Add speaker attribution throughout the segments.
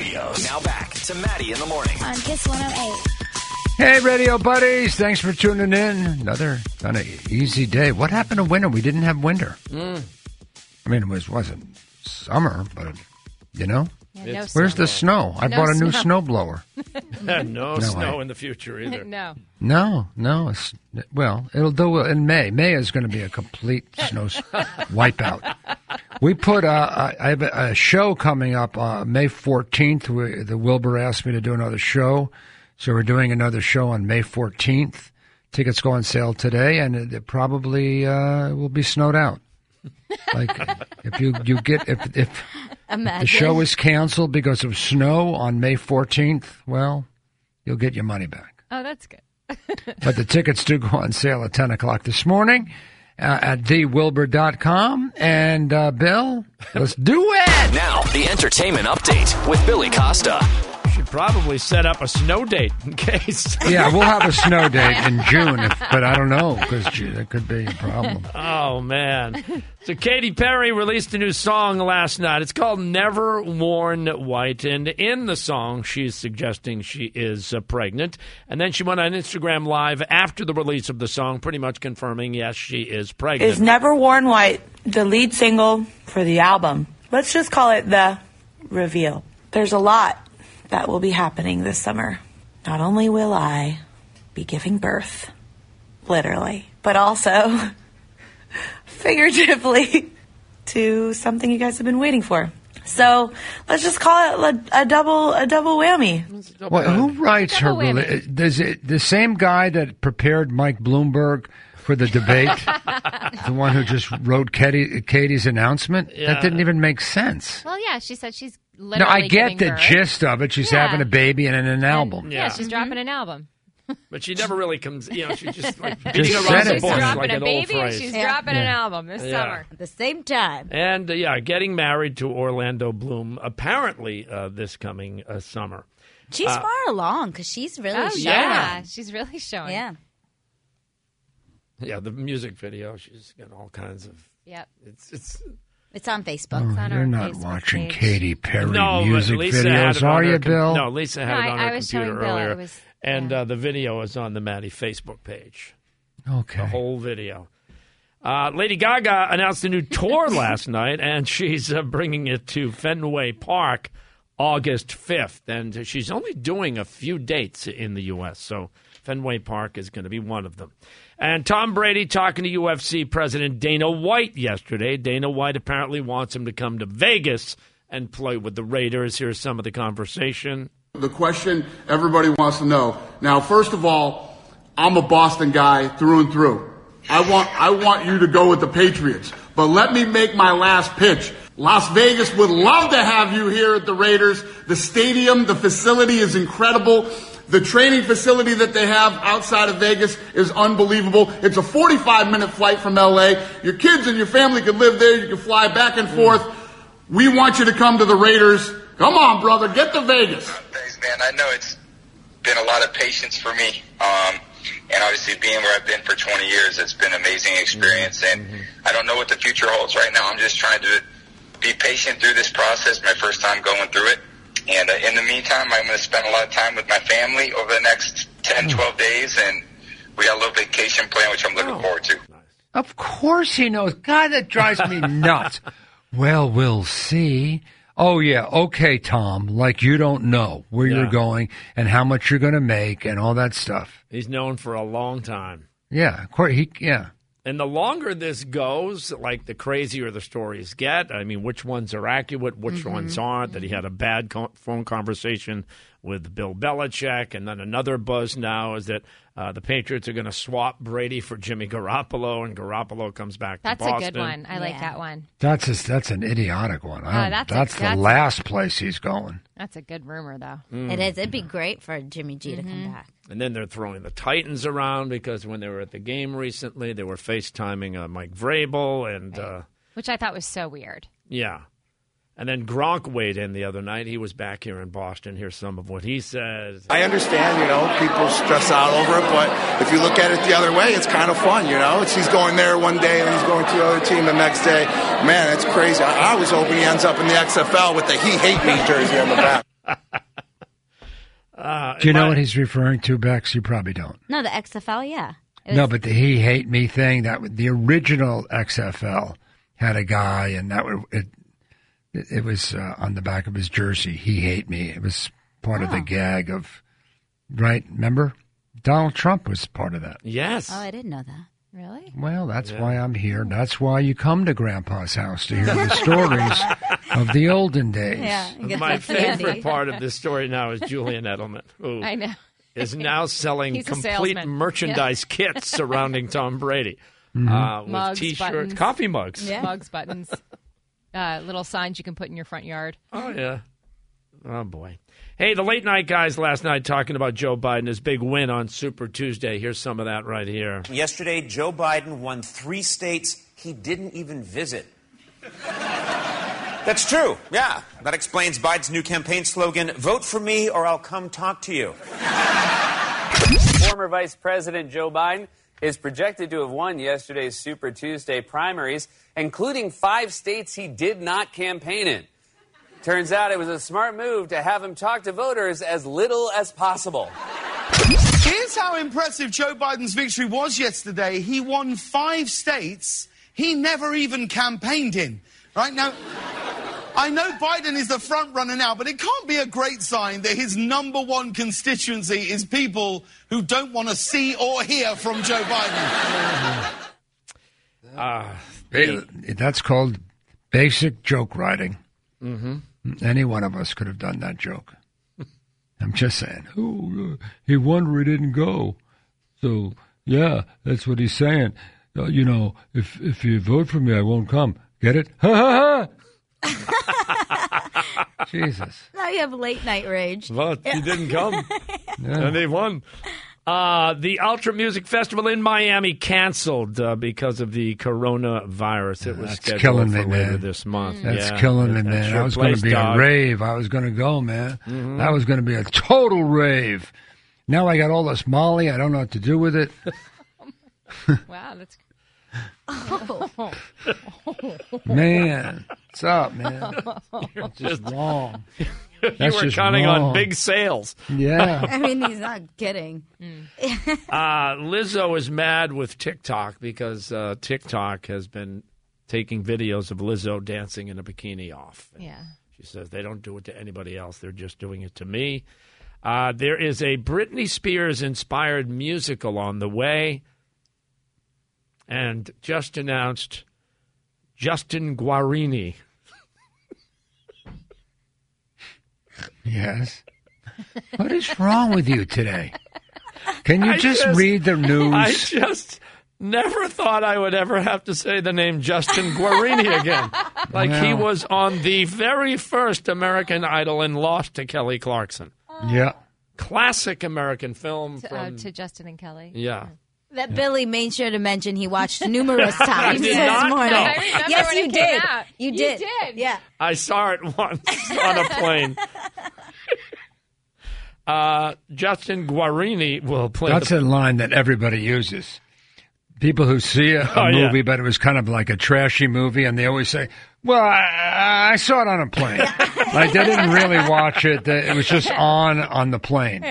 Speaker 1: Studios. Now back to Maddie in the morning.
Speaker 2: on Kiss 108.
Speaker 3: Hey, radio buddies! Thanks for tuning in. Another kind of easy day. What happened to winter? We didn't have winter. I mean, it was wasn't summer, but you know,
Speaker 4: Yeah, no
Speaker 3: where's
Speaker 4: snow.
Speaker 3: the snow? I
Speaker 4: No
Speaker 3: bought a new
Speaker 4: snow.
Speaker 3: snowblower.
Speaker 5: no, snow
Speaker 3: I-
Speaker 5: in the future either.
Speaker 4: no.
Speaker 3: No, no. It's, well, it'll do it in May. May is going to be a complete snow s- wipeout. We put uh, I I have a, a show coming up uh, May 14th. We, the Wilbur asked me to do another show, so we're doing another show on May 14th. Tickets go on sale today, and it, it probably uh, will be snowed out. Like if you you get if if the
Speaker 4: Imagine.
Speaker 3: show is canceled because of snow on May 14th, well, you'll get your money back
Speaker 4: oh, that's good.
Speaker 3: but the tickets do go on sale at 10 o'clock this morning uh, at thewilbur.com. And uh, Bill, let's do it.
Speaker 1: Now, the entertainment update with Billy Costa.
Speaker 5: Should probably set up a snow date in case.
Speaker 3: Yeah, we'll have a snow date in June, if, but I don't know because that could be a problem.
Speaker 5: Oh man! So Katy Perry released a new song last night. It's called "Never Worn White," and in the song, she's suggesting she is uh, pregnant. And then she went on Instagram Live after the release of the song, pretty much confirming, yes, she is pregnant.
Speaker 6: is Never Worn White, the lead single for the album. Let's just call it the reveal. There's a lot that will be happening this summer. Not only will I be giving birth, literally, but also figuratively to something you guys have been waiting for. So let's just call it a, a double a double whammy.
Speaker 3: Well, who writes her?
Speaker 4: Double whammy.
Speaker 3: Rela- does it the same guy that prepared Mike Bloomberg for the debate? the one who just wrote Katie, Katie's announcement? That didn't even make sense.
Speaker 4: Well, yeah, she said she's
Speaker 3: No,
Speaker 4: literally.
Speaker 3: I get
Speaker 4: giving
Speaker 3: the
Speaker 4: birth.
Speaker 3: gist of it. She's
Speaker 4: Yeah.
Speaker 3: having a baby and an album.
Speaker 4: Yeah,
Speaker 5: Mm-hmm.
Speaker 4: she's dropping an album.
Speaker 5: but she never really comes. You know, she just like
Speaker 3: She
Speaker 5: beating
Speaker 3: said it.
Speaker 5: around the
Speaker 4: She's
Speaker 3: She's
Speaker 5: bush
Speaker 4: dropping
Speaker 5: like
Speaker 4: a
Speaker 5: an old
Speaker 4: baby.
Speaker 5: phrase.
Speaker 4: She's dropping an album this summer.
Speaker 7: At the same time.
Speaker 5: And uh, yeah, getting married to Orlando Bloom apparently uh, this coming uh, summer.
Speaker 7: She's
Speaker 3: Uh,
Speaker 7: far along because she's really
Speaker 4: Oh
Speaker 7: shy.
Speaker 4: yeah. she's really showing.
Speaker 7: Yeah.
Speaker 5: Yeah, the music video. She's got all kinds of.
Speaker 4: Yep.
Speaker 5: It's it's
Speaker 7: It's on Facebook.
Speaker 3: Oh,
Speaker 4: on
Speaker 3: you're
Speaker 4: our
Speaker 3: not
Speaker 4: Facebook
Speaker 3: watching
Speaker 4: page.
Speaker 3: Katy Perry
Speaker 5: no,
Speaker 3: music
Speaker 5: but Lisa had
Speaker 3: videos,
Speaker 5: it on
Speaker 3: are
Speaker 5: her
Speaker 3: you,
Speaker 5: com-
Speaker 3: Bill?
Speaker 5: No, Lisa had
Speaker 4: No,
Speaker 5: it
Speaker 4: I-
Speaker 5: on
Speaker 4: I
Speaker 5: her
Speaker 4: was
Speaker 5: computer
Speaker 4: showing Bill.
Speaker 5: earlier,
Speaker 4: It was-
Speaker 5: and
Speaker 4: yeah.
Speaker 5: uh, the video is on the Maddie Facebook page.
Speaker 3: Okay.
Speaker 5: The whole video. Uh, Lady Gaga announced a new tour last night, and she's uh, bringing it to Fenway Park August fifth. And she's only doing a few dates in the U.S., so Fenway Park is going to be one of them. And Tom Brady talking to UFC President Dana White yesterday. Dana White apparently wants him to come to Vegas and play with the Raiders. Here's some of the conversation.
Speaker 8: The question everybody wants to know. Now, first of all, I'm a Boston guy through and through. I want, I want you to go with the Patriots, but let me make my last pitch. Las Vegas would love to have you here at the Raiders. The stadium, the facility is incredible. The training facility that they have outside of Vegas is unbelievable. It's a 45 minute flight from LA. Your kids and your family could live there. You can fly back and forth. We want you to come to the Raiders. Come on, brother, get to Vegas.
Speaker 9: Thanks, man. I know it's been a lot of patience for me. Um, and obviously being where I've been for 20 years, it's been an amazing experience. And I don't know what the future holds right now. I'm just trying to be patient through this process, my first time going through it. And uh, in the meantime, I'm going to spend a lot of time with my family over the next 10, 12 days. And we got a little vacation plan, which I'm looking forward to.
Speaker 3: Of course he knows. God, that drives me nuts. Well, we'll see. Oh, yeah. Okay, Tom. Like, you don't know where
Speaker 5: Yeah.
Speaker 3: you're going and how much you're going to make and all that stuff.
Speaker 5: He's known for a long time.
Speaker 3: Yeah. Of course. He, yeah.
Speaker 5: And the longer this goes, like the crazier the stories get. I mean, which ones are accurate, which
Speaker 4: Mm-hmm.
Speaker 5: ones aren't. That he had a bad co- phone conversation with Bill Belichick, and then another buzz now is that uh, the Patriots are going to swap Brady for Jimmy Garoppolo, and Garoppolo comes back
Speaker 4: That's
Speaker 5: to Boston.
Speaker 4: a good one. I like that one.
Speaker 3: That's a, that's an idiotic one. I
Speaker 4: Oh,
Speaker 3: don't-
Speaker 4: that's
Speaker 3: Uh, that's
Speaker 4: a-
Speaker 3: the
Speaker 4: that's-
Speaker 3: last place he's going.
Speaker 4: That's a good rumor, though.
Speaker 5: Mm.
Speaker 7: It is. It'd be great for Jimmy G to
Speaker 4: Mm-hmm.
Speaker 7: come back.
Speaker 5: And then they're throwing the Titans around because when they were at the game recently, they were FaceTiming uh, Mike Vrabel and. Uh,
Speaker 4: Which I thought was so weird.
Speaker 5: Yeah. And then Gronk weighed in the other night. He was back here in Boston. Here's some of what he says.
Speaker 10: I understand, you know, people stress out over it, but if you look at it the other way, it's kind of fun, you know. He's going there one day and he's going to the other team the next day. Man, it's crazy. I, I was hoping he ends up in the XFL with the he hate me jersey on the back.
Speaker 5: Uh,
Speaker 3: Do you know what he's referring to, Bex? You probably don't.
Speaker 7: No, the XFL, yeah. It
Speaker 3: No,
Speaker 7: was-
Speaker 3: but the he hate me thing that w- the original XFL had a guy, and that w- it it, it was uh, on the back of his jersey. He hate me. It was part of the gag of right. Remember, Donald Trump was part of that.
Speaker 5: Yes.
Speaker 7: Oh, I didn't know that.
Speaker 4: Really?
Speaker 3: Well, that's why I'm here. That's why you come to Grandpa's house to hear the stories of the olden days.
Speaker 7: Yeah. I guess
Speaker 5: My
Speaker 7: that's
Speaker 5: favorite
Speaker 7: handy.
Speaker 5: part of this story now is Julian Edelman, who
Speaker 4: I know.
Speaker 5: is now selling
Speaker 4: He's a
Speaker 5: complete
Speaker 4: salesman.
Speaker 5: merchandise kits surrounding Tom Brady. Uh, with
Speaker 4: Mugs,
Speaker 5: t-shirts,
Speaker 4: buttons.
Speaker 5: coffee mugs.
Speaker 7: Yeah.
Speaker 4: Mugs, buttons, uh, little signs you can put in your front yard.
Speaker 5: Oh yeah. Oh boy. Hey, the late night guys last night talking about Joe Biden his big win on Super Tuesday. Here's some of that right here.
Speaker 2: Yesterday, Joe Biden won three states he didn't even visit. That's true. Yeah. That explains Biden's new campaign slogan vote for me or I'll come talk to you.
Speaker 11: Former Vice President Joe Biden is projected to have won yesterday's Super Tuesday primaries, including five states he did not campaign in. Turns out it was a smart move to have him talk to voters as little as possible.
Speaker 10: Here's how impressive Joe Biden's victory was yesterday. He won five states he never even campaigned in. Right now, I know Biden is the front runner now, but it can't be a great sign that his number one constituency is people who don't want to see or hear from Joe Biden.
Speaker 3: Ba- That's called basic joke writing. Mm-hmm. Any one of us could have done that joke. I'm just saying. Oh, uh, he won where he didn't go. So yeah, that's what he's saying. Uh, you know, if if you vote for me, I won't come. Get it? Ha ha ha. Jesus.
Speaker 7: Now you have late night rage.
Speaker 5: Well, he didn't come.
Speaker 3: Yeah.
Speaker 5: and they won. Uh, the Ultra Music Festival in Miami canceled uh, because of the coronavirus. It was
Speaker 3: That's
Speaker 5: scheduled
Speaker 3: killing
Speaker 5: for
Speaker 3: me,
Speaker 5: later
Speaker 3: man.
Speaker 5: this month.
Speaker 3: That's
Speaker 5: Yeah,
Speaker 3: killing me,
Speaker 5: it-
Speaker 3: man.
Speaker 5: that's your
Speaker 3: I was going
Speaker 5: place,
Speaker 3: to be
Speaker 5: dog. Mm-hmm.
Speaker 3: a rave. I was going to go, man. That was going to be a total rave. Now I got all this Molly. I don't know what to do with it.
Speaker 4: Wow, that's
Speaker 3: Man, what's up, man? It's just wrong. That's
Speaker 5: you were
Speaker 3: just
Speaker 5: counting on
Speaker 3: wrong.
Speaker 5: big sales.
Speaker 3: Yeah.
Speaker 7: I mean, he's not kidding.
Speaker 5: Uh, Lizzo is mad with TikTok because uh, TikTok has been taking videos of Lizzo dancing in a bikini off.
Speaker 4: yeah.
Speaker 5: She says they don't do it to anybody else. They're just doing it to me. Uh, there is a Britney Spears inspired musical on the way. And just announced Justin Guarini.
Speaker 3: Yes. What is wrong with you today? Can you just,
Speaker 5: just-
Speaker 3: read the news?
Speaker 5: I just never thought I would ever have to say the name Justin Guarini again. Like he
Speaker 3: Well.
Speaker 5: was on the very first American Idol and lost to Kelly Clarkson.
Speaker 3: yeah.
Speaker 5: Classic American film
Speaker 4: To, uh,
Speaker 5: from.
Speaker 4: to Justin and Kelly.
Speaker 5: yeah.
Speaker 7: That Billy made sure to mention he watched numerous times
Speaker 5: did
Speaker 7: this
Speaker 5: not
Speaker 7: morning.
Speaker 5: know.
Speaker 4: I remember
Speaker 7: yes,
Speaker 4: when
Speaker 7: you
Speaker 4: it came
Speaker 7: did.
Speaker 4: out.
Speaker 7: You
Speaker 4: You
Speaker 7: did.
Speaker 4: did.
Speaker 7: Yeah.
Speaker 5: I saw it once on a plane. Uh, Justin Guarini will play.
Speaker 3: That's a
Speaker 5: the,
Speaker 3: line that everybody uses. People who see a, a
Speaker 5: Oh, yeah.
Speaker 3: movie, but it was kind of like a trashy movie, and they always say, "Well, I, I saw it on a plane. like they didn't really watch it; They- it was just on on the plane."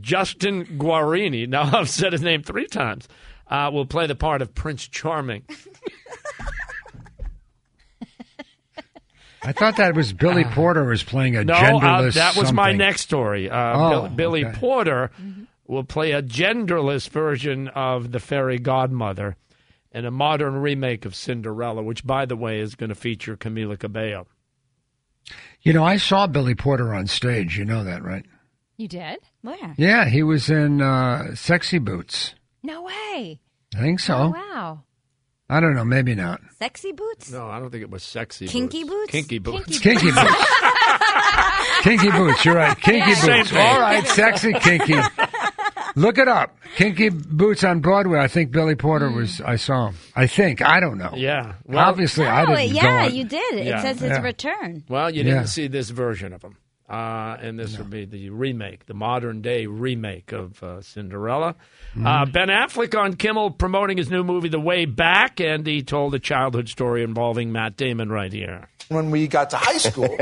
Speaker 5: Justin Guarini. Now I've said his name three times. Uh, will play the part of Prince Charming.
Speaker 3: I thought that was Billy Porter was playing a
Speaker 5: No, uh,
Speaker 3: genderless.
Speaker 5: that was my
Speaker 3: something.
Speaker 5: next story. Uh,
Speaker 3: Oh,
Speaker 5: Bill- Billy
Speaker 3: okay.
Speaker 5: Porter
Speaker 7: Mm-hmm.
Speaker 5: will play a genderless version of the fairy godmother in a modern remake of Cinderella, which, by the way, is going to feature Camila Cabello.
Speaker 3: You know, I saw Billy Porter on stage. You know that, right?
Speaker 4: You did?
Speaker 7: Where?
Speaker 3: Yeah, he was in uh, Sexy Boots.
Speaker 4: No way.
Speaker 3: I think
Speaker 5: Oh,
Speaker 3: so.
Speaker 4: wow.
Speaker 3: I don't know. Maybe not.
Speaker 7: Sexy boots?
Speaker 5: No, I don't think it was sexy.
Speaker 7: Kinky boots?
Speaker 5: Kinky boots.
Speaker 3: It's kinky boots. kinky boots. You're right. Kinky
Speaker 5: Same
Speaker 3: boots.
Speaker 5: thing.
Speaker 3: All right, sexy kinky. Look it up. Kinky boots on Broadway. I think Billy Porter was. I saw him. I think. I don't know.
Speaker 5: Hmm. Yeah. Well,
Speaker 3: Obviously, I
Speaker 7: Oh,
Speaker 3: didn't. go
Speaker 7: yeah,
Speaker 3: on-
Speaker 7: you did. It
Speaker 5: Yeah.
Speaker 7: says it's
Speaker 3: Yeah.
Speaker 7: return.
Speaker 5: Well, you
Speaker 3: Yeah.
Speaker 5: didn't see this version of them. Uh, and this would be the remake, the modern day remake of uh, Cinderella.
Speaker 3: Mm-hmm.
Speaker 5: Uh, ben Affleck on Kimmel promoting his new movie, The Way Back, and he told a childhood story involving Matt Damon right here.
Speaker 12: when we got to high school.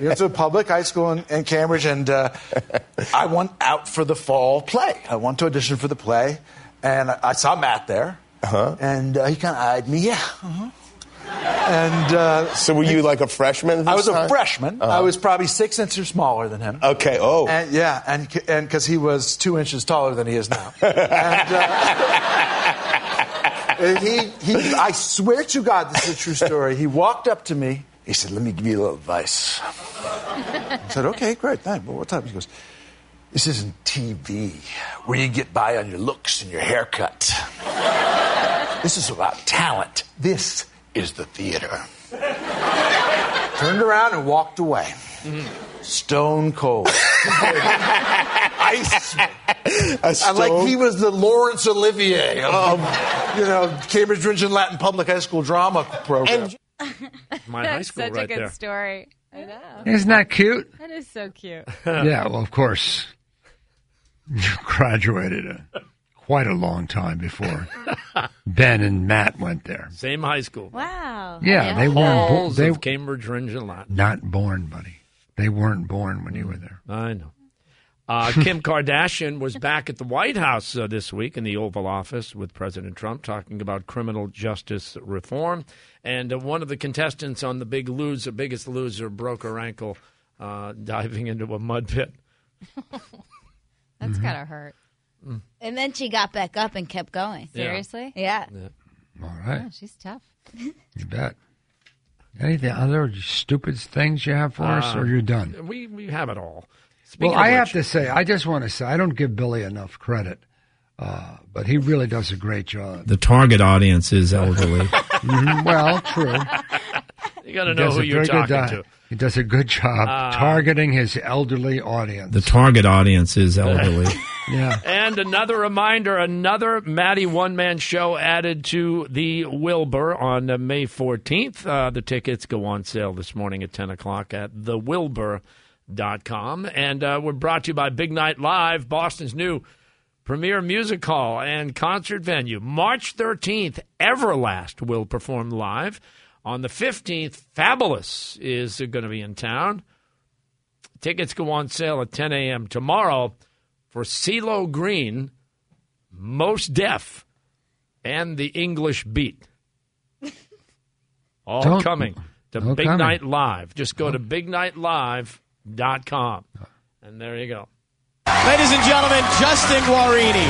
Speaker 12: we went to a public high school in, in Cambridge, and uh, I went out for the fall play. I went to audition for the play, and I, I saw Matt there, uh-huh. and uh, he kind of eyed me, yeah. uh-huh. And uh,
Speaker 13: so were you like a freshman?
Speaker 12: I was
Speaker 13: this
Speaker 12: a
Speaker 13: time?
Speaker 12: freshman.
Speaker 13: Uh-huh.
Speaker 12: I was probably six inches smaller than him.
Speaker 13: Okay. Oh.
Speaker 12: And, yeah, and c- and because he was two inches taller than he is now. And he, he, I swear to God, this is a true story. He walked up to me. He said, "Let me give you a little advice." I said, "Okay, great, thanks." Well, what time? He goes, "This isn't TV where you get by on your looks and your haircut. this is about talent. This is the theater." Turned around and walked away. Stone cold. Ice. And like
Speaker 13: stone-
Speaker 12: he was the Laurence Olivier of, you know, Cambridge Region Latin Public High School drama program.
Speaker 5: My
Speaker 4: That's
Speaker 5: high school
Speaker 4: such
Speaker 5: right
Speaker 4: a good
Speaker 5: there.
Speaker 4: story. I know.
Speaker 3: Isn't that cute?
Speaker 4: That is so cute.
Speaker 3: yeah, well, of course. You graduated uh, quite a long time before Ben and Matt went there.
Speaker 5: Same high school.
Speaker 4: Wow.
Speaker 3: Yeah, they weren't. bo-
Speaker 5: Halls
Speaker 3: they
Speaker 5: of Cambridge Ringe and Latin.
Speaker 3: not born, buddy. They weren't born when you were there.
Speaker 5: I know. Uh, Kim Kardashian was back at the White House uh, this week in the Oval Office with President Trump talking about criminal justice reform. And uh, one of the contestants on The Big Loser, Biggest Loser, broke her ankle uh, diving into a mud pit.
Speaker 7: That's kind of hurt.
Speaker 5: Mm.
Speaker 7: And then she got back up and kept going.
Speaker 5: Yeah. Seriously?
Speaker 7: Yeah.
Speaker 3: All right,
Speaker 7: Oh, she's tough.
Speaker 3: you bet. Anything other stupid things you have for us,
Speaker 5: Uh,
Speaker 3: or you're done?
Speaker 5: We, we have it all. Speaking
Speaker 3: Well, I
Speaker 5: of
Speaker 3: have
Speaker 5: which-
Speaker 3: to say, I just want to say, I don't give Billy enough credit, uh, but he really does a great job.
Speaker 14: The target audience is elderly.
Speaker 3: Mhm, well, true.
Speaker 5: You got
Speaker 3: He
Speaker 5: to know
Speaker 3: does
Speaker 5: who
Speaker 3: a
Speaker 5: you're
Speaker 3: very good
Speaker 5: talking
Speaker 3: job-
Speaker 5: to.
Speaker 3: He does a good job
Speaker 5: Ah.
Speaker 3: targeting his elderly audience.
Speaker 14: the target audience is elderly.
Speaker 3: Yeah.
Speaker 5: And another reminder, another Maddie one man show added to the Wilbur on uh, May 14th. Uh, the tickets go on sale this morning at 10 o'clock at thewilbur.com. And uh, we're brought to you by Big Night Live, Boston's new premier music hall and concert venue. March 13th, Everlast will perform live. On the 15th, Fabulous is going to be in town. Tickets go on sale at 10 a.m. tomorrow for CeeLo Green, Most Deaf, and the English Beat. All
Speaker 3: Don't-
Speaker 5: coming to
Speaker 3: all
Speaker 5: Big
Speaker 3: coming.
Speaker 5: Night Live. Just go to bignightlive.com. And there you go.
Speaker 15: Ladies and gentlemen, Justin Guarini.